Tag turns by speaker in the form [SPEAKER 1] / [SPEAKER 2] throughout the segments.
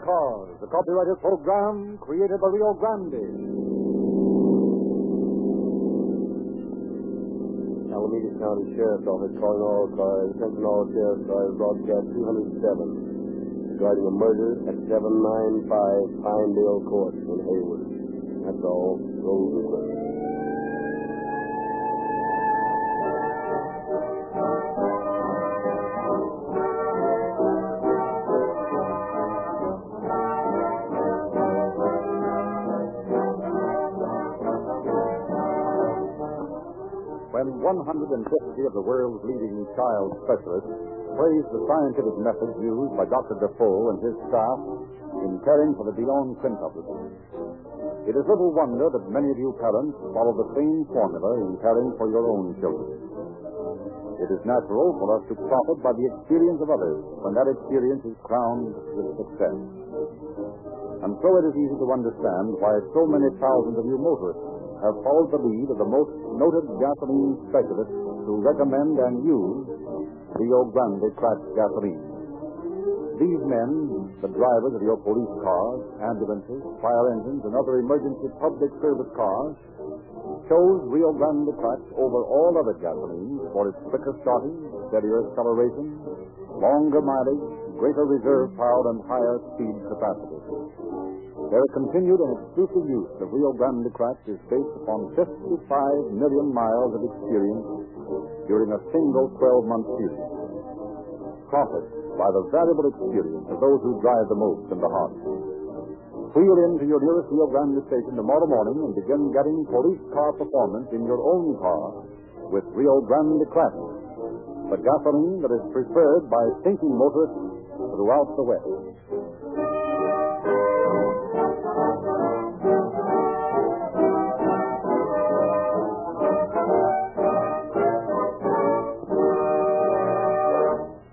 [SPEAKER 1] The copyrighted program created by Rio Grande.
[SPEAKER 2] Alameda County Sheriff's Office calling all cars, attention all sheriff's cars, broadcast 207, regarding a murder at 795 Pinedale Court in Hayward. That's all. Roll over.
[SPEAKER 1] When 150 of the world's leading child specialists praise the scientific methods used by Dr. Defoe and his staff in caring for the beyond quintuplets, it is little wonder that many of you parents follow the same formula in caring for your own children. It is natural for us to profit by the experience of others when that experience is crowned with success. And so it is easy to understand why so many thousands of you motorists have followed the lead of the most noted gasoline specialists who recommend and use Rio Grande cracked gasoline. These men, the drivers of your police cars, ambulances, fire engines, and other emergency public service cars, chose Rio Grande cracked over all other gasolines for its quicker starting, steadier acceleration, longer mileage, greater reserve power, and higher speed capacity. Their continued and exclusive use of Rio Grande Craft is based upon 55 million miles of experience during a single 12 month period. Profit by the valuable experience of those who drive the most and the hardest. Wheel in to your nearest Rio Grande station tomorrow morning and begin getting police car performance in your own car with Rio Grande Craft, the gasoline that is preferred by thinking motorists throughout the West.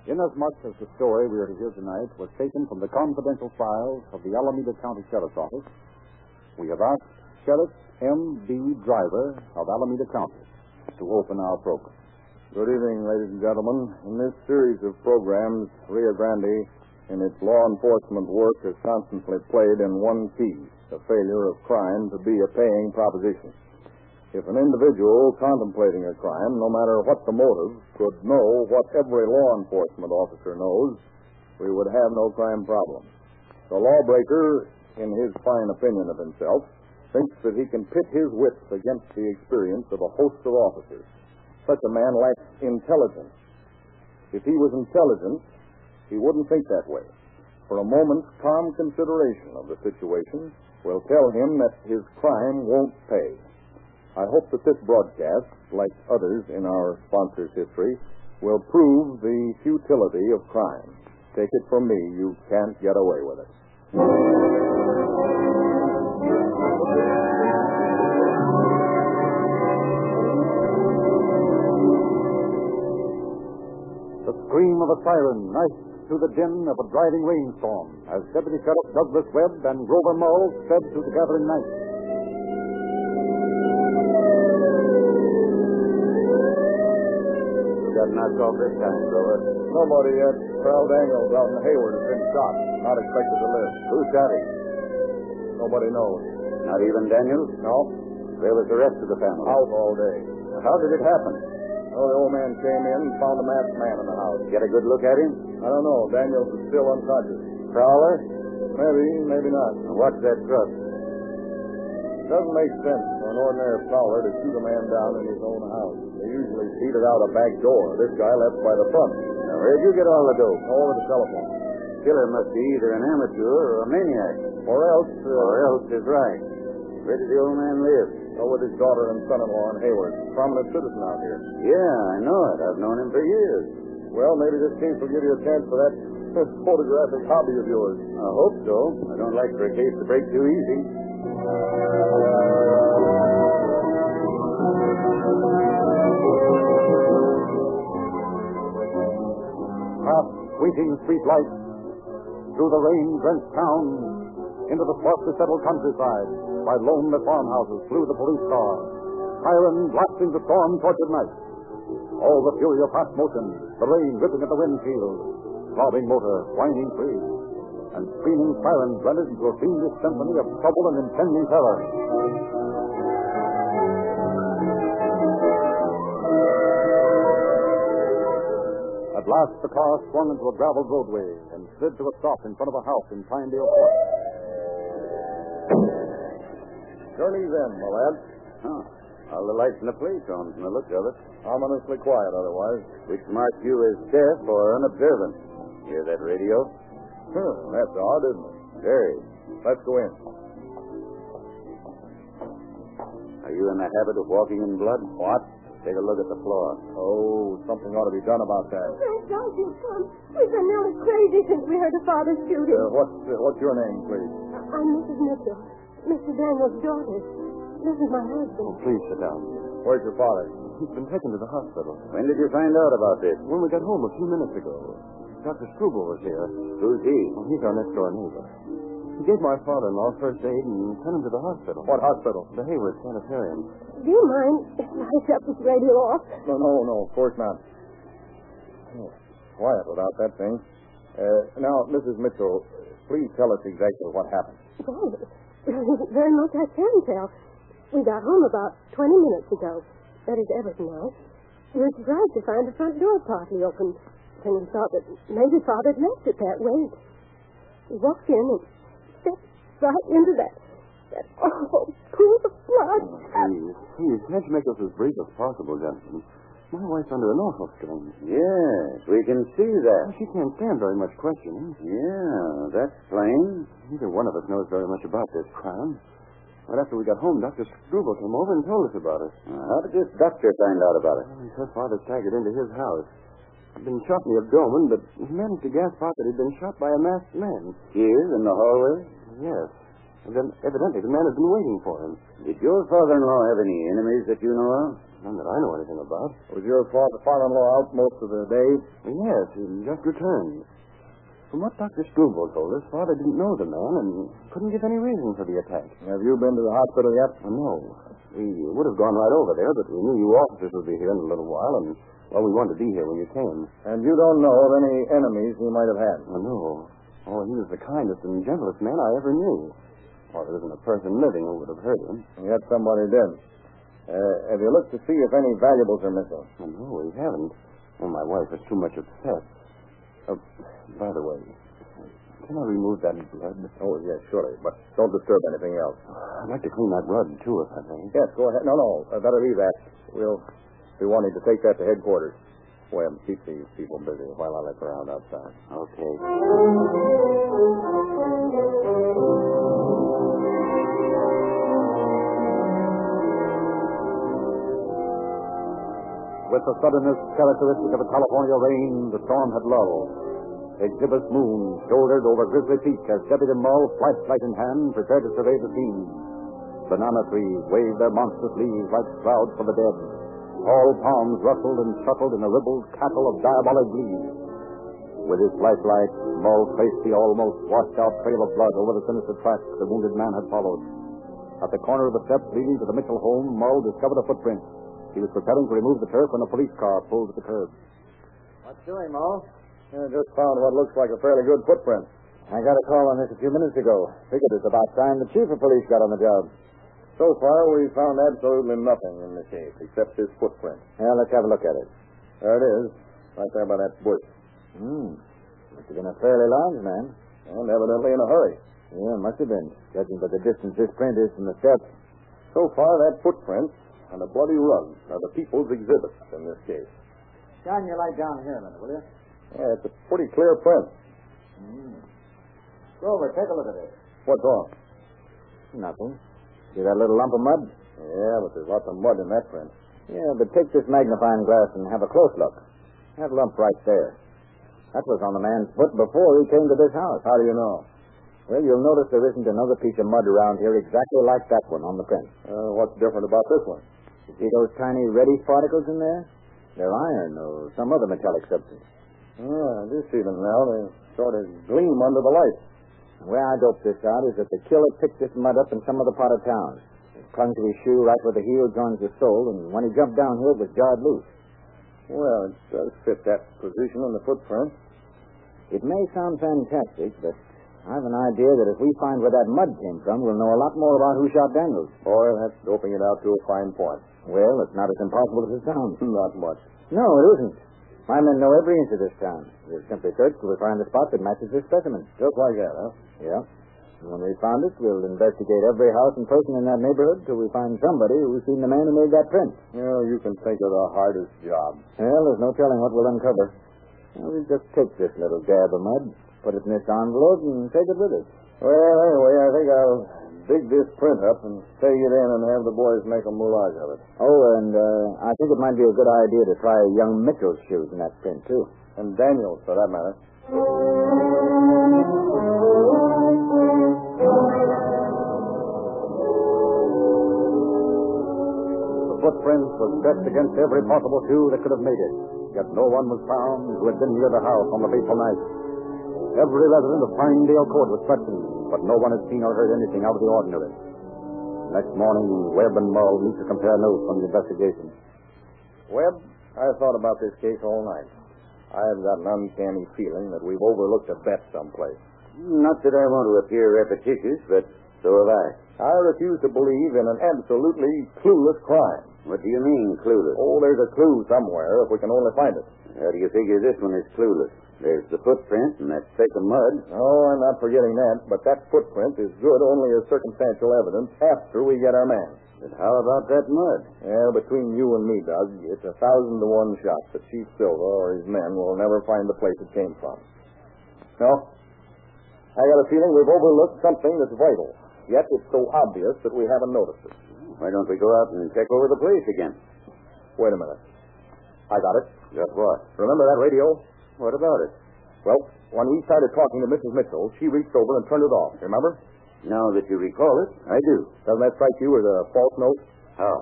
[SPEAKER 1] Inasmuch as the story we are to hear tonight was taken from the confidential files of the Alameda County Sheriff's Office, we have asked Sheriff M.B. Driver of Alameda County to open our program.
[SPEAKER 2] Good evening, ladies and gentlemen. In this series of programs, Rio Grande, in its law enforcement work, has constantly played in one key the failure of crime to be a paying proposition. If an individual contemplating a crime, no matter what the motive, could know what every law enforcement officer knows, we would have no crime problem. The lawbreaker, in his fine opinion of himself, thinks that he can pit his wits against the experience of a host of officers. Such a man lacks intelligence. If he was intelligent, he wouldn't think that way. For a moment's calm consideration of the situation will tell him that his crime won't pay. I hope that this broadcast, like others in our sponsor's history, will prove the futility of crime. Take it from me, you can't get away with it.
[SPEAKER 1] The scream of a siren knifed through the din of a driving rainstorm as Deputy Sheriff Douglas Webb and Grover Mull sped through the gathering night.
[SPEAKER 3] Got knocked off this time, Grover.
[SPEAKER 2] Nobody at Proud Angles out in Hayward has been shot. Not expected to live.
[SPEAKER 3] Who's got him?
[SPEAKER 2] Nobody knows.
[SPEAKER 3] Not even Daniels?
[SPEAKER 2] No.
[SPEAKER 3] Where was the rest of the family?
[SPEAKER 2] Out all day.
[SPEAKER 3] How did it happen?
[SPEAKER 2] Well, the old man came in and found a masked man in the house.
[SPEAKER 3] Get a good look at him?
[SPEAKER 2] I don't know. Daniels is still unconscious.
[SPEAKER 3] Prowler?
[SPEAKER 2] Maybe, maybe not.
[SPEAKER 3] What's that truck?
[SPEAKER 2] Doesn't make sense for an ordinary prowler to shoot a man down in his own house. They usually shoot it out a back door. This guy left by the front.
[SPEAKER 3] Now, where'd you get all the dope?
[SPEAKER 2] Over the telephone.
[SPEAKER 3] Killer must be either an amateur or a maniac.
[SPEAKER 2] Or else, uh,
[SPEAKER 3] Or else is right. Where did the old man live?
[SPEAKER 2] Over Oh, with his daughter and son-in-law in Hayward. Prominent citizen out here.
[SPEAKER 3] Yeah, I know it. I've known him for years.
[SPEAKER 2] Well, maybe this case will give you a chance for that photographic hobby of yours.
[SPEAKER 3] I hope so. I don't like for a case to break too easy.
[SPEAKER 1] past winking street lights, through the rain-drenched town, into the sparsely settled countryside, by lonely farmhouses flew the police car, siren blasting the storm-tortured night. All the fury of fast motion, the rain ripping at the windshield, throbbing motor whining free.
[SPEAKER 4] and screaming sirens blended into a fiendish symphony of trouble and impending terror. At last, the car swung into a gravel roadway and slid to a stop in front of a house in Pinedale Court.
[SPEAKER 1] Journey's end, my lad.
[SPEAKER 3] Huh. All the lights in the place on from the look of it,
[SPEAKER 1] Ominously quiet otherwise.
[SPEAKER 3] which marks you as deaf or unobservant. Hear that radio?
[SPEAKER 1] Huh, that's odd, isn't it?
[SPEAKER 3] Very.
[SPEAKER 1] Let's go in.
[SPEAKER 3] Are you in the habit of walking in blood? What? Take a look at the floor.
[SPEAKER 1] Oh, something ought to be done about that.
[SPEAKER 5] Oh, don't you come. We've been nearly crazy since we heard of father's shooting.
[SPEAKER 1] Uh, what's, uh, what's your name, please?
[SPEAKER 5] I'm Mrs. Mitchell, Mr. Daniels' daughter. This is my husband.
[SPEAKER 4] Oh, Please sit down.
[SPEAKER 1] Where's your father?
[SPEAKER 4] He's been taken to the hospital.
[SPEAKER 3] When did you find out about this?
[SPEAKER 4] When we got home a few minutes ago, Dr. Struble was here.
[SPEAKER 3] Who's he?
[SPEAKER 4] Well, he's our next door neighbor. He gave my father-in-law first aid and sent him to the hospital.
[SPEAKER 1] What hospital?
[SPEAKER 4] The Hayward Sanitarium.
[SPEAKER 5] Do you mind if I shut this radio off?
[SPEAKER 1] No, no, no, of course not. Oh, quiet without that thing. Uh, now, Mrs. Mitchell, please tell us exactly what happened.
[SPEAKER 5] Well, very much I can tell. We got home about 20 minutes ago. That is everything now. We were surprised to find the front door partly open, and we thought that maybe father had left it that way. We walked in and stepped right into that, that awful pool of blood.
[SPEAKER 4] Please, please, let's make this as brief as possible, Johnson. My wife's under an awful strain.
[SPEAKER 3] Yes, we can see that.
[SPEAKER 4] She can't stand very much questioning.
[SPEAKER 3] Yeah, that's plain.
[SPEAKER 4] Neither one of us knows very much about this crime. But after we got home, Dr. Struble came over and told us about it.
[SPEAKER 3] Now, how did this doctor find out about it?
[SPEAKER 4] Well, Her father staggered into his house. He'd been shot in the abdomen, but he managed to gasp out that he'd been shot by a masked man.
[SPEAKER 3] Here in the hallway?
[SPEAKER 4] Yes. And then evidently the man had been waiting for him.
[SPEAKER 3] Did your father-in-law have any enemies that you know of?
[SPEAKER 4] None that I know anything about.
[SPEAKER 1] Was your father, father-in-law out most of the day?
[SPEAKER 4] Yes, he just returned. From what Dr. Struble told us, father didn't know the man and couldn't give any reason for the attack.
[SPEAKER 1] Have you been to the hospital yet?
[SPEAKER 4] No. We would have gone right over there, but we knew you officers would be here in a little while, and, well, we wanted to be here when you came.
[SPEAKER 1] And you don't know of any enemies he might have had.
[SPEAKER 4] Oh, no. Oh, he was the kindest and gentlest man I ever knew. Well, there isn't a person living who would have hurt him.
[SPEAKER 1] And yet somebody did. Uh, have you looked to see if any valuables are missing?
[SPEAKER 4] Oh, no, we haven't. Well, my wife was too much upset. Oh, by the way, can I remove that blood?
[SPEAKER 1] Oh, yes, surely. But don't disturb anything else.
[SPEAKER 4] I'd like to clean that rug, too, if I may.
[SPEAKER 1] Yes, go ahead. No, no. Uh, better leave that. We'll be wanting to take that to headquarters. Well, keep these people busy while I look around outside.
[SPEAKER 4] Okay.
[SPEAKER 1] With the suddenness characteristic of a California rain, the storm had lulled.
[SPEAKER 4] Exhibit Moon shouldered over Grizzly Peak as Deputy Mull, flashlight in hand, prepared to survey the scene. Banana trees waved their monstrous leaves like clouds for the dead. Tall palms rustled and shuffled in a ribald cackle of diabolic glee. With his flashlight, Mull traced the almost washed out trail of blood over the sinister track the wounded man had followed. At the corner of the steps leading to the Mitchell home, Mull discovered a footprint. He was preparing to remove the turf when a police car pulled to the curb.
[SPEAKER 3] What's doing, Mo?
[SPEAKER 1] I just found what looks like a fairly good footprint.
[SPEAKER 3] I got a call on this a few minutes ago. Figured it's about time the chief of police got on the job.
[SPEAKER 1] So far, we found absolutely nothing in the case except his footprint.
[SPEAKER 3] Now, let's have a look at it.
[SPEAKER 1] There it is, right there by that bush.
[SPEAKER 3] Hmm. Must have been a fairly large man.
[SPEAKER 1] And evidently in a hurry.
[SPEAKER 3] Yeah, must have been, judging by the distance this print is from the steps.
[SPEAKER 1] So far, that footprint and a bloody rug are the people's exhibits in this case.
[SPEAKER 6] Shine your light down here a minute, will you? Hmm.
[SPEAKER 1] Yeah, it's a pretty clear print.
[SPEAKER 6] Grover, take a look at this.
[SPEAKER 1] What's wrong?
[SPEAKER 3] Nothing. See that little lump of mud?
[SPEAKER 1] Yeah, but there's lots of mud in that print.
[SPEAKER 3] Yeah, but take this magnifying glass and have a close look. That lump right there. That was on the man's foot before he came to this house.
[SPEAKER 1] How do you know?
[SPEAKER 3] Well, you'll notice there isn't another piece of mud around here exactly like that one on the print.
[SPEAKER 1] Uh, what's different about this one?
[SPEAKER 3] You see those tiny reddish particles in there? They're iron or some other metallic substance.
[SPEAKER 1] Yeah, Ah, I do see them now. They sort of gleam under the light.
[SPEAKER 3] The way I doped this out is that the killer picked this mud up in some other part of town. It clung to his shoe right where the heel joins the sole, and when he jumped down here, it was jarred loose.
[SPEAKER 1] Well, it does fit that position in the footprint.
[SPEAKER 3] It may sound fantastic, but
[SPEAKER 7] I have an idea that if we find where that mud came from, we'll know a lot more about who shot Daniels.
[SPEAKER 1] Boy, that's doping it out to a fine point.
[SPEAKER 7] Well, it's not as impossible as it sounds.
[SPEAKER 1] Not much.
[SPEAKER 7] No, it isn't. My men know every inch of this town. We'll simply search till we find a spot that matches this specimen.
[SPEAKER 1] Just like that, huh?
[SPEAKER 7] Yeah. And when we found it, we'll investigate every house and person in that neighborhood till we find somebody who's seen the man who made that print.
[SPEAKER 1] You know, you can think of the hardest job.
[SPEAKER 7] Well, there's no telling what we'll uncover. Now, we'll just take this little dab of mud, put it in this envelope, and take it with us.
[SPEAKER 1] Well, anyway, I think I'll dig this print up and take it in and have the boys make a moulage of it.
[SPEAKER 7] Oh, and uh, I think it might be a good idea to try young Mitchell's shoes in that print, too.
[SPEAKER 1] And Daniels, for that matter.
[SPEAKER 5] The footprints were stretched against every possible shoe that could have made it, yet no one was found who had been near the house on the fateful night. Every resident of Pinedale Court was questioned, but no one had seen or heard anything out of the ordinary. Next morning, Webb and Mull meet to compare notes on the investigation.
[SPEAKER 1] Webb, I've thought about this case all night. I've got an uncanny feeling that we've overlooked a bet someplace.
[SPEAKER 4] Not that I want to appear repetitious, but so have I.
[SPEAKER 1] I refuse to believe in an absolutely clueless crime.
[SPEAKER 4] What do you mean, clueless?
[SPEAKER 1] Oh, there's a clue somewhere if we can only find it.
[SPEAKER 4] How do you figure this one is clueless? There's the footprint and that thick of mud.
[SPEAKER 1] Oh, I'm not forgetting that, but that footprint is good only as circumstantial evidence after we get our man.
[SPEAKER 4] But how about that mud?
[SPEAKER 1] Well, between you and me, Doug, it's a thousand to one shot that Chief Silva or his men will never find the place it came from. No, I got a feeling we've overlooked something that's vital. Yet it's so obvious that we haven't noticed it.
[SPEAKER 4] Why don't we go out and check over the place again?
[SPEAKER 1] Wait a minute. I got it.
[SPEAKER 4] Just what?
[SPEAKER 1] Remember that radio?
[SPEAKER 4] What about it?
[SPEAKER 1] Well, when we started talking to Mrs. Mitchell, she reached over and turned it off. Remember?
[SPEAKER 4] Now that you recall it, I do.
[SPEAKER 1] Doesn't that strike you as a false note?
[SPEAKER 4] How?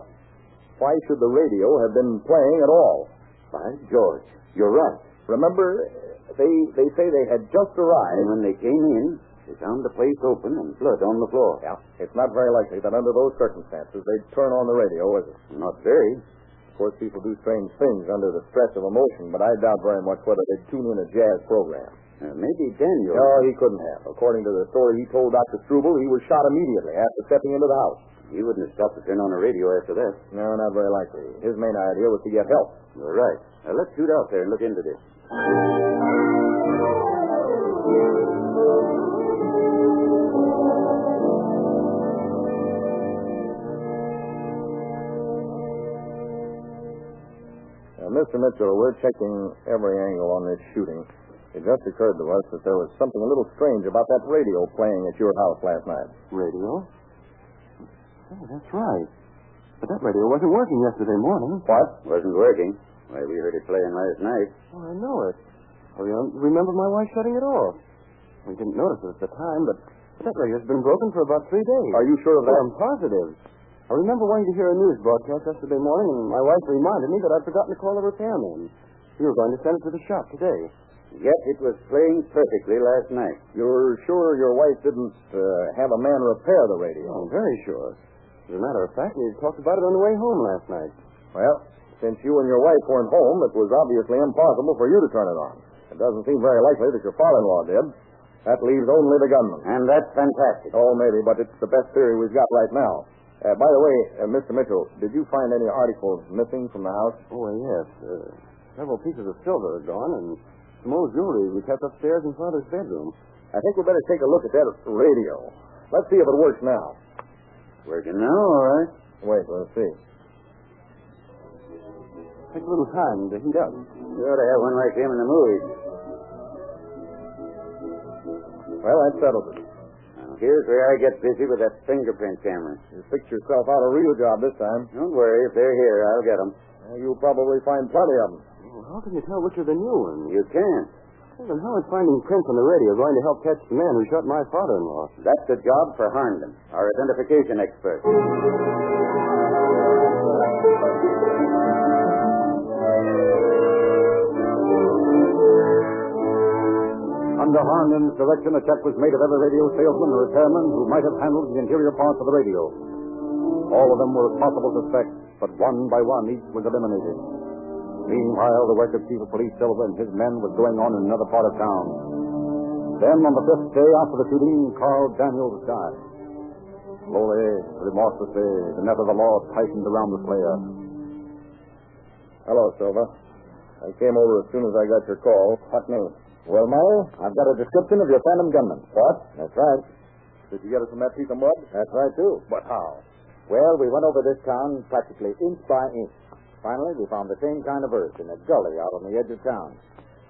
[SPEAKER 1] Why should the radio have been playing at all?
[SPEAKER 4] By George, you're right.
[SPEAKER 1] Remember, they they say they had just
[SPEAKER 4] And
[SPEAKER 1] arrived.
[SPEAKER 4] when they came in, they found the place open and blood on the floor.
[SPEAKER 1] Yeah, it's not very likely that under those circumstances they'd turn on the radio, is it?
[SPEAKER 4] Not very.
[SPEAKER 1] Of course, people do strange things under the stress of emotion, but I doubt very much whether they'd tune in a jazz program.
[SPEAKER 4] Uh, maybe Daniel.
[SPEAKER 1] No, he couldn't have. According to the story he told Dr. Struble, he was shot immediately after stepping into the house.
[SPEAKER 4] He wouldn't have stopped to turn on the radio after that.
[SPEAKER 1] No, not very likely. His main idea was to get help.
[SPEAKER 4] You're right. Now let's shoot out there and look into this.
[SPEAKER 1] Uh, Mr. Mitchell, we're checking every angle on this shooting. It just occurred to us that there was something a little strange about that radio playing at your house last night.
[SPEAKER 4] Radio? Oh, that's right. But that radio wasn't working yesterday morning.
[SPEAKER 1] What?
[SPEAKER 4] Wasn't working. Why, we heard it playing last night.
[SPEAKER 8] Oh, I know it. I don't remember my wife shutting it off. We didn't notice it at the time, but that radio's been broken for about three days.
[SPEAKER 1] Are you sure of
[SPEAKER 8] Well,
[SPEAKER 1] that?
[SPEAKER 8] I'm positive. I remember wanting to hear a news broadcast yesterday morning, and my wife reminded me that I'd forgotten to call the repairman. We were going to send it to the shop today.
[SPEAKER 4] Yet it was playing perfectly last night.
[SPEAKER 1] You're sure your wife didn't uh, have a man repair the radio?
[SPEAKER 8] Oh, I'm very sure. As a matter of fact, we talked about it on the way home last night.
[SPEAKER 1] Well, since you and your wife weren't home, it was obviously impossible for you to turn it on. It doesn't seem very likely that your father-in-law did. That leaves only the gunman.
[SPEAKER 4] And that's fantastic.
[SPEAKER 1] Oh, maybe, but it's the best theory we've got right now. Uh, by the way, uh, Mr. Mitchell, did you find any articles missing from the house?
[SPEAKER 8] Oh, yes. Uh, several pieces of silver are gone, and some old jewelry we kept upstairs in Father's bedroom.
[SPEAKER 1] I think we better take a look at that radio. Let's see if it works now.
[SPEAKER 4] Working now, all right.
[SPEAKER 1] Wait, let's see.
[SPEAKER 8] Takes a little time to heat up.
[SPEAKER 4] You ought to have one like him in the movies.
[SPEAKER 1] Well, that settles it.
[SPEAKER 4] Now, here's where I get busy with that fingerprint camera.
[SPEAKER 1] You picked yourself out a real job this time.
[SPEAKER 4] Don't worry, if they're here, I'll get them.
[SPEAKER 1] Uh, You'll probably find plenty of them.
[SPEAKER 8] Oh, how can you tell which are the new ones?
[SPEAKER 4] You can.
[SPEAKER 8] Well, Then how is finding prints on the radio going to help catch the man who shot my father-in-law?
[SPEAKER 4] That's a job for Harnden, our identification expert.
[SPEAKER 5] Under Harnon's direction, a check was made of every radio salesman and repairman who might have handled the interior parts of the radio. All of them were possible suspects, but one by one each was eliminated. Meanwhile, the work of Chief of Police Silver and his men was going on in another part of town.
[SPEAKER 4] Then, on the fifth day after the shooting, Carl Daniels died. Slowly, remorselessly, the net of the law tightened around the player.
[SPEAKER 1] Hello, Silva. I came over as soon as I got your call. What news?
[SPEAKER 3] Well, Mo, I've got a description of your phantom gunman.
[SPEAKER 1] What?
[SPEAKER 3] That's right.
[SPEAKER 1] Did you get it from that piece of mud?
[SPEAKER 3] That's right, too.
[SPEAKER 1] But how?
[SPEAKER 3] Well, we went over this town practically inch by inch. Finally, we found the same kind of earth in a gully out on the edge of town.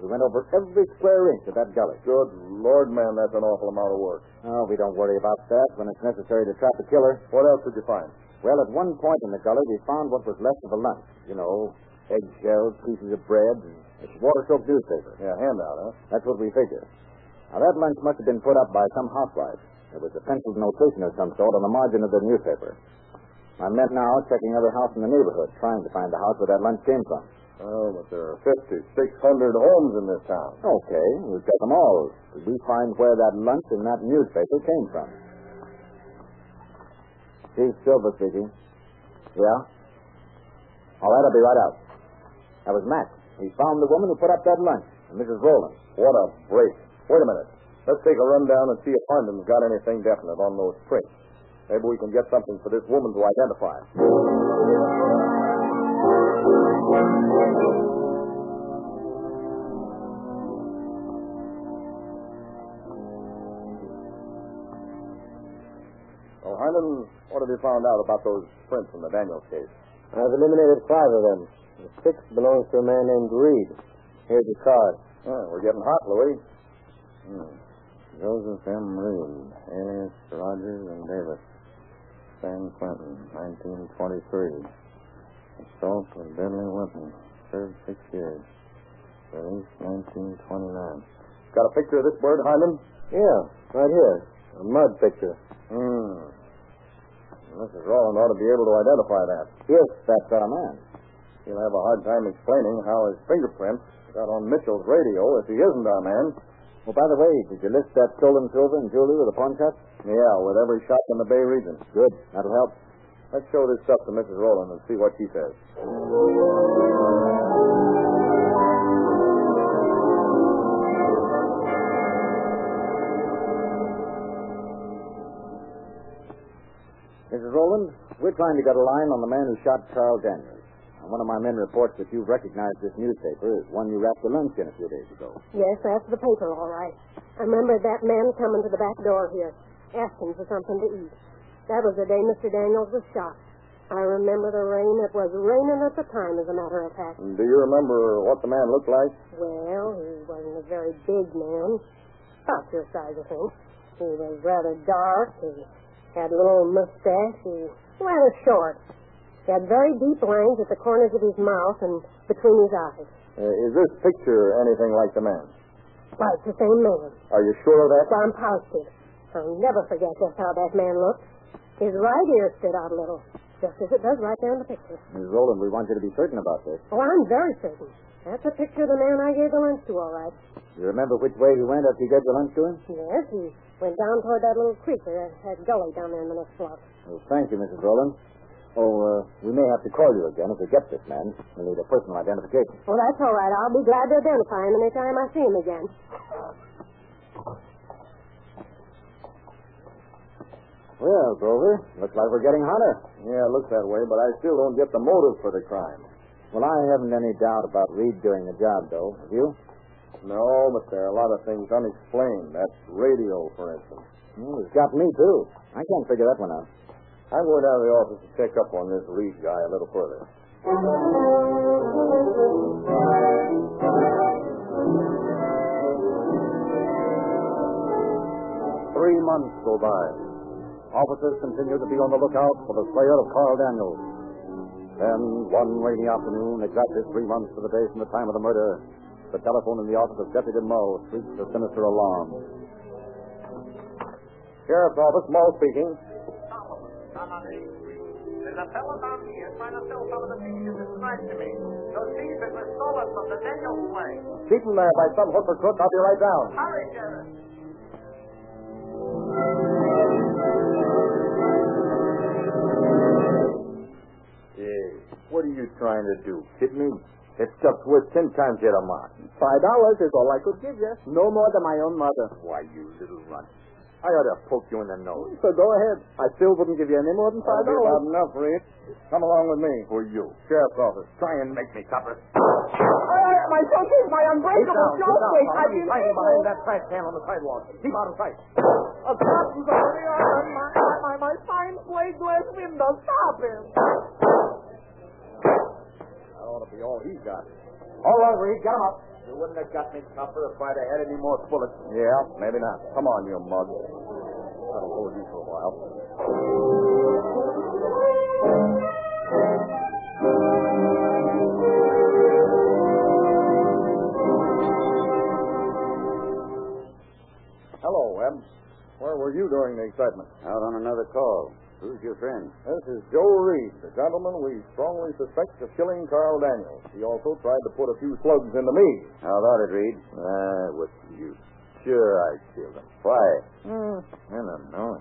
[SPEAKER 3] We went over every square inch of that gully.
[SPEAKER 1] Good Lord, man, that's an awful amount of work.
[SPEAKER 3] Oh, we don't worry about that when it's necessary to trap a killer.
[SPEAKER 1] What else did you find?
[SPEAKER 3] Well, at one point in the gully, we found what was left of a lunch. You know, eggshells, pieces of bread, and a water-soaked newspaper.
[SPEAKER 1] Yeah, handout, huh?
[SPEAKER 3] That's what we figure. Now, that lunch must have been put up by some housewife. There was a penciled notation of some sort on the margin of the newspaper. My men now are checking every house in the neighborhood, trying to find the house where that lunch came from.
[SPEAKER 1] Oh, but there are 50, 600 homes in this town.
[SPEAKER 3] Okay, we've got them all. Did we find where that lunch and that newspaper came from? Chief Silver speaking. Yeah? All right, I'll be right out. That was Max. He found the woman who put up that lunch, and Mrs. Rowland.
[SPEAKER 1] What a break. Wait a minute. Let's take a rundown and see if Harnden's got anything definite on those prints. Maybe we can get something for this woman to identify. Oh, Harnden, what have you found out about those prints in the Daniels case?
[SPEAKER 6] I've eliminated five of them. The sixth belongs to a man named Reed. Here's his card.
[SPEAKER 1] Oh, we're getting hot, Louis.
[SPEAKER 6] Hmm. Joseph M. Reed, Harris, Rogers, and Davis. San Quentin, 1923. Assault with deadly weapon. Served six years. Released 1929.
[SPEAKER 1] Got a picture of this bird, Harnden?
[SPEAKER 6] Yeah, right here. A mud picture.
[SPEAKER 1] Hmm. Mrs. Rowland ought to be able to identify that.
[SPEAKER 3] Yes, that's our man.
[SPEAKER 1] He'll have a hard time explaining how his fingerprints got on Mitchell's radio if he isn't our man.
[SPEAKER 3] Well, by the way, did you list that stolen silver and jewelry with the pawn shop?
[SPEAKER 1] Yeah, with every shop in the Bay region.
[SPEAKER 3] Good. That'll help.
[SPEAKER 1] Let's show this stuff to Mrs. Rowland and see what she says.
[SPEAKER 3] Mrs. Rowland, we're trying to get a line on the man who shot Carl Daniels. And one of my men reports that you've recognized this newspaper as one you wrapped the lunch in a few days ago.
[SPEAKER 5] Yes, that's the paper, all right. I remember that man coming to the back door here, asking for something to eat. That was the day Mr. Daniels was shot. I remember the rain. It was raining at the time, as a matter of fact.
[SPEAKER 3] Mm,
[SPEAKER 1] Do you remember what the man looked like?
[SPEAKER 5] Well, he wasn't a very big man. About your size, I think. He was rather dark. He had a little mustache. He was rather short. He had very deep lines at the corners of his mouth and between his eyes.
[SPEAKER 1] Uh, is this picture anything like the man?
[SPEAKER 5] Like the same man.
[SPEAKER 1] Are you sure of that?
[SPEAKER 5] So I'm positive. I'll never forget just how that man looked. His right ear stood out a little, just as it does right there in the picture.
[SPEAKER 3] Mrs. Rowland, we want you to be certain about this.
[SPEAKER 5] Oh, I'm very certain. That's a picture of the man I gave the lunch to, all right.
[SPEAKER 3] You remember which way he went after you gave the lunch to him?
[SPEAKER 5] Yes, he went down toward that little creek or that, that gully down there in the next block.
[SPEAKER 3] Well, thank you, Mrs. Rowland. Oh, uh, we may have to call you again if we get this man. We'll need a personal identification.
[SPEAKER 5] Well, that's all right. I'll be glad to identify him any time I see him again.
[SPEAKER 3] Well, Grover, looks like we're getting hotter.
[SPEAKER 1] Yeah, it looks that way, but I still don't get the motive for the crime.
[SPEAKER 3] Well, I haven't any doubt about Reed doing the job, though. Have you?
[SPEAKER 1] No, but there are a lot of things unexplained. That radio, for instance.
[SPEAKER 3] Mm, it's got me, too. I can't figure that one out.
[SPEAKER 1] I'm going down to the office to check up on this Reed guy a little further.
[SPEAKER 4] Three months go by. Officers continue to be on the lookout for the slayer of Carl Daniels. Then, one rainy afternoon, exactly three months to the day from the time of the murder, the telephone in the office of Deputy Mull shrieks a sinister alarm.
[SPEAKER 1] Sheriff's office, Mull speaking.
[SPEAKER 9] There's a fellow down here trying to sell some of the meat you described to me. So see if it was stolen from the Daniels place.
[SPEAKER 1] Keep him there by some hook or crook. I'll be right down.
[SPEAKER 9] Hurry, Dennis.
[SPEAKER 1] Hey, what are you trying to do? Kid me?
[SPEAKER 10] It's just worth ten times the other mark.
[SPEAKER 11] Five dollars is all I could give you. No more than my own mother.
[SPEAKER 10] Why, you little runt. I ought to poke you in the nose.
[SPEAKER 11] So go ahead. I still wouldn't give you any more than five
[SPEAKER 4] That'll be about
[SPEAKER 11] dollars.
[SPEAKER 4] enough, Reed. Come along with me.
[SPEAKER 10] Who are you?
[SPEAKER 4] Sheriff's office.
[SPEAKER 10] Try and make me, copper.
[SPEAKER 9] my showcase, my unbreakable showcase. I've been
[SPEAKER 12] Hiding behind that trash can on the sidewalk. Keep out of sight.
[SPEAKER 9] A cop is over there on my, on my, my fine plate glass window. Stop him.
[SPEAKER 10] That ought to be all he got.
[SPEAKER 12] All right, Reed, get him up.
[SPEAKER 10] You wouldn't have got me, copper, if I'd have had any more bullets.
[SPEAKER 4] Yeah, maybe not. Come on, you mug. That'll hold you for a while. Hello, Webb. Where were you during the excitement?
[SPEAKER 1] Out on another call. Who's your friend?
[SPEAKER 4] This is Joe Reed, the gentleman we strongly suspect of killing Carl Daniels. He also tried to put a few slugs into me.
[SPEAKER 1] How about it, Reed? Ah, what's you? Sure, I killed him. Why? Hmm, I don't know.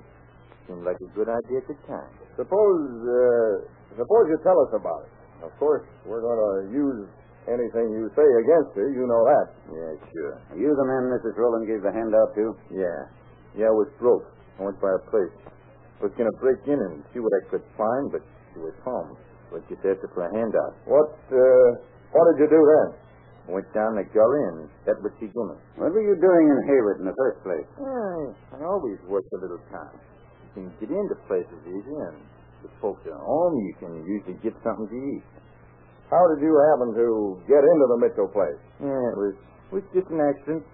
[SPEAKER 1] Seemed like a good idea at the time.
[SPEAKER 4] Suppose, uh, suppose you tell us about it. Of course, we're going to use anything you say against you. You know that.
[SPEAKER 1] Yeah, sure. Are you the man Mrs. Rowland gave the handout to?
[SPEAKER 4] Yeah. Yeah, I was broke. I went by a place. I was going to break in and see what I could find, but she was home.
[SPEAKER 1] Was just after for a handout.
[SPEAKER 4] What, uh, what did you do then?
[SPEAKER 1] I went down the gully and that was she doing. What were you doing in Hayward in the first place? I always worked a little time. You can get into places easy, and if folks are home, you can usually get something to eat.
[SPEAKER 4] How did you happen to get into the Mitchell place?
[SPEAKER 1] Yeah, it was, it was just an accident.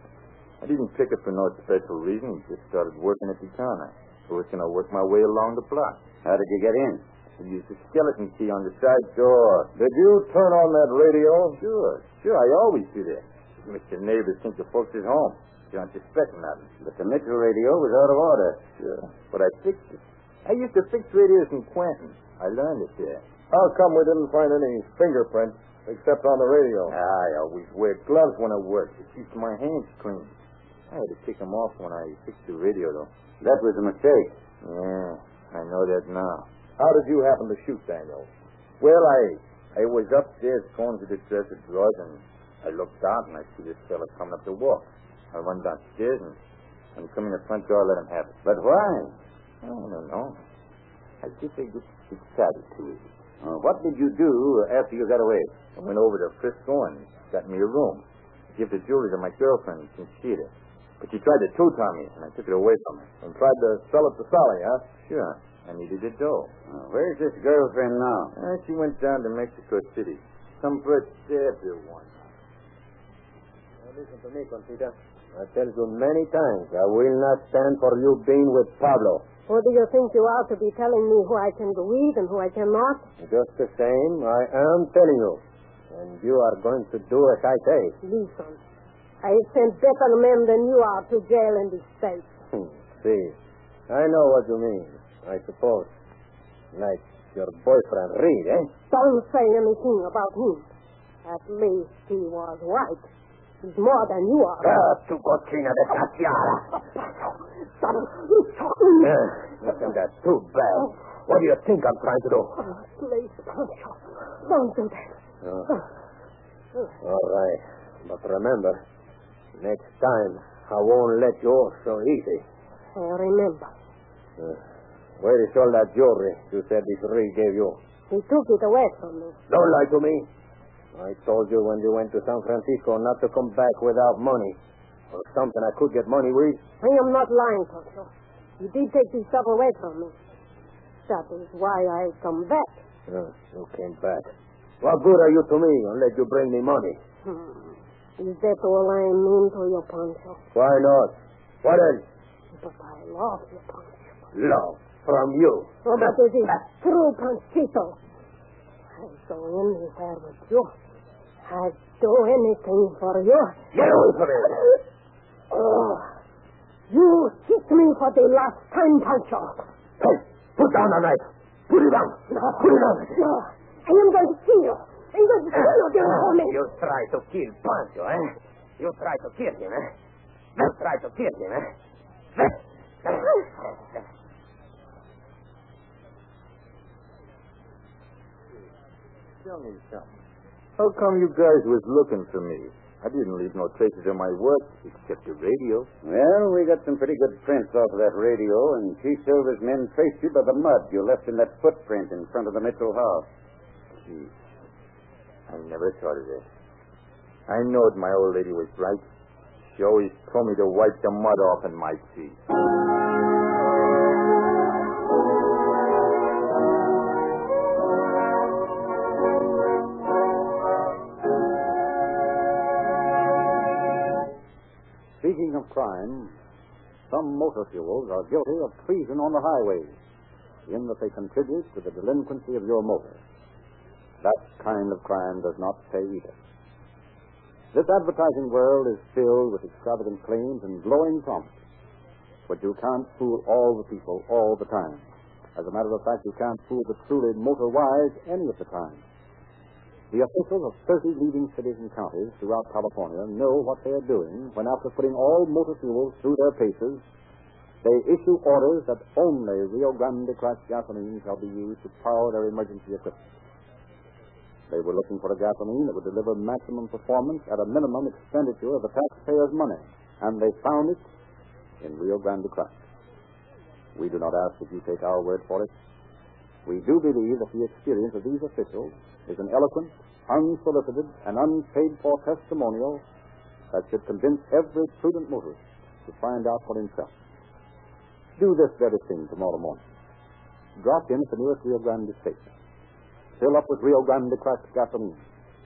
[SPEAKER 1] I didn't pick it for no special reason. Just started working at the counter. So it's going to work my way along the block. How did you get in? I used the skeleton key on the side door.
[SPEAKER 4] Did you turn on that radio?
[SPEAKER 1] Sure, sure, I always do that. Mr. Neighbors think the folks at home. You don't suspect nothing. But the Mitchell radio was out of order. Sure. But I fixed it. I used to fix radios in Quentin. I learned it there.
[SPEAKER 4] How come we didn't find any fingerprints except on the radio?
[SPEAKER 1] Ah, I always wear gloves when I work. It keeps my hands clean. I had to take 'em off when I fixed the radio, though. That was a mistake. Yeah, Mm, I know that now.
[SPEAKER 4] How did you happen to shoot Daniel?
[SPEAKER 1] Well, I I was upstairs going to the dresser drawers, and I looked out, and I see this fella coming up the walk. I run downstairs, and I'm coming to the front door, I let him have it. But why? I don't know. I just think it's, it's attitude. Uh, what did you do after you got away? I went over to Frisco and got me a room. Give the jewelry to my girlfriend, Conchita. But she tried to two-time me, and I took it away from her.
[SPEAKER 4] And tried to sell it to Sally, huh?
[SPEAKER 1] Sure. I needed a dough. where's this girlfriend now? Uh, she went down to Mexico City. Some bird stabbed her once.
[SPEAKER 11] Listen to me, Conchita. I tell you many times, I will not stand for you being with Pablo.
[SPEAKER 5] Or do you think you ought to be telling me who I can believe and who I cannot?
[SPEAKER 11] Just the same, I am telling you. And you are going to do as I say.
[SPEAKER 5] Listen, I have sent better men than you are to jail in this state.
[SPEAKER 11] Hmm, See, I know what you mean, I suppose. Like your boyfriend Reed, eh?
[SPEAKER 5] Don't say anything about him. At least he was white. He's more than you are.
[SPEAKER 11] tu cochina de Tatiana.
[SPEAKER 1] Ah.
[SPEAKER 5] Stop it.
[SPEAKER 11] Listen, that's too bad. What do you think I'm trying to do?
[SPEAKER 5] Oh, please, Pancho. Don't do that.
[SPEAKER 11] All right. But remember, next time, I won't let you off so easy.
[SPEAKER 5] I remember.
[SPEAKER 11] Where is all that jewelry you said this Reed gave you?
[SPEAKER 5] He took it away from me.
[SPEAKER 11] Don't lie to me. I told you when we went to San Francisco not to come back without money. Or something I could get money with.
[SPEAKER 5] I am not lying, Pancho. You did take this stuff away from me. That is why I come back.
[SPEAKER 11] Yeah, you came back. What good are you to me unless you bring me money?
[SPEAKER 5] Hmm. Is that all I am into you, Pancho?
[SPEAKER 11] Why not? What else?
[SPEAKER 5] But I love you, Pancho.
[SPEAKER 11] Love from you.
[SPEAKER 5] Oh, but it is true, Panchito. I go anywhere with you. I'd do anything for you.
[SPEAKER 11] Get away from me.
[SPEAKER 5] Oh, you hit me for the last time, Pancho.
[SPEAKER 11] Hey, put down the knife. Put it down. Put it down.
[SPEAKER 5] No, I am going to kill you. I'm going to kill you, dear woman.
[SPEAKER 11] You try to kill Pancho, eh? You try to kill him, eh? You try to kill him, eh?
[SPEAKER 1] Tell me something.
[SPEAKER 3] How come you guys was looking for me? I didn't leave no traces of my work except the radio.
[SPEAKER 1] Well, we got some pretty good prints off of that radio, and Chief Silver's men traced you by the mud you left in that footprint in front of the Mitchell house.
[SPEAKER 3] Gee, I never thought of that. I knowed my old lady was right. She always told me to wipe the mud off in my feet.
[SPEAKER 4] Speaking of crime, some motor fuels are guilty of treason on the highways in that they contribute to the delinquency of your motor. That kind of crime does not pay either. This advertising world is filled with extravagant claims and glowing promises. But you can't fool all the people all the time. As a matter of fact, you can't fool the truly motor wise any of the time. The officials of 30 leading cities and counties throughout California know what they are doing when, after putting all motor fuels through their paces, they issue orders that only Rio Grande class gasoline shall be used to power their emergency equipment. They were looking for a gasoline that would deliver maximum performance at a minimum expenditure of the taxpayer's money, and they found it in Rio Grande Crush. We do not ask that you take our word for it. We do believe that the experience of these officials is an eloquent, unsolicited, and unpaid for testimonial that should convince every prudent motorist to find out for himself. Do this very thing tomorrow morning. Drop in at the nearest Rio Grande station. Fill up with Rio Grande Crush gasoline,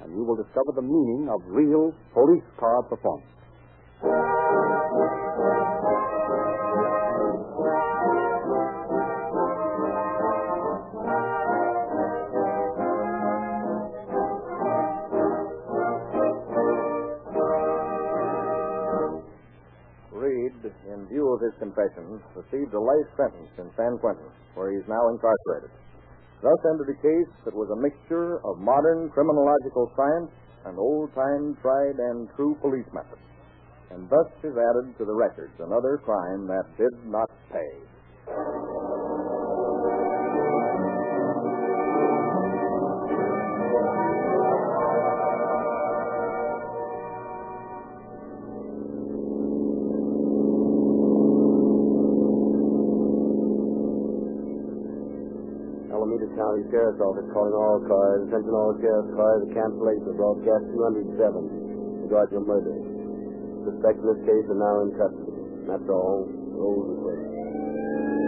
[SPEAKER 4] and you will discover the meaning of real police car performance.
[SPEAKER 1] Reed, in view of his confession, received a life sentence in San Quentin, where he is now incarcerated. Thus ended a case that was a mixture of modern criminological science and old time tried and true police methods. And thus is added to the records another crime that did not pay.
[SPEAKER 6] Alameda County Sheriff's Office calling all cars. Attention all sheriff's cars. Cancellation of broadcast 207. Regard your murder. Suspects in this case are now in custody. That's all. Rolls away.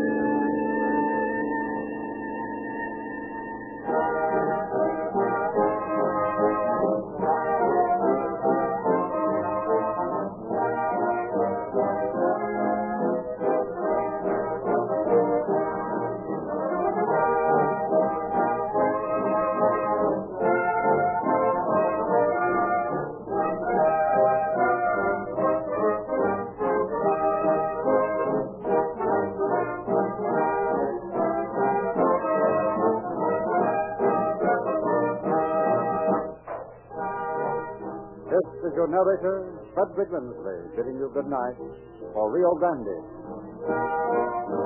[SPEAKER 4] This is your narrator, Frederick Lindsley, bidding you good night for Rio Grande.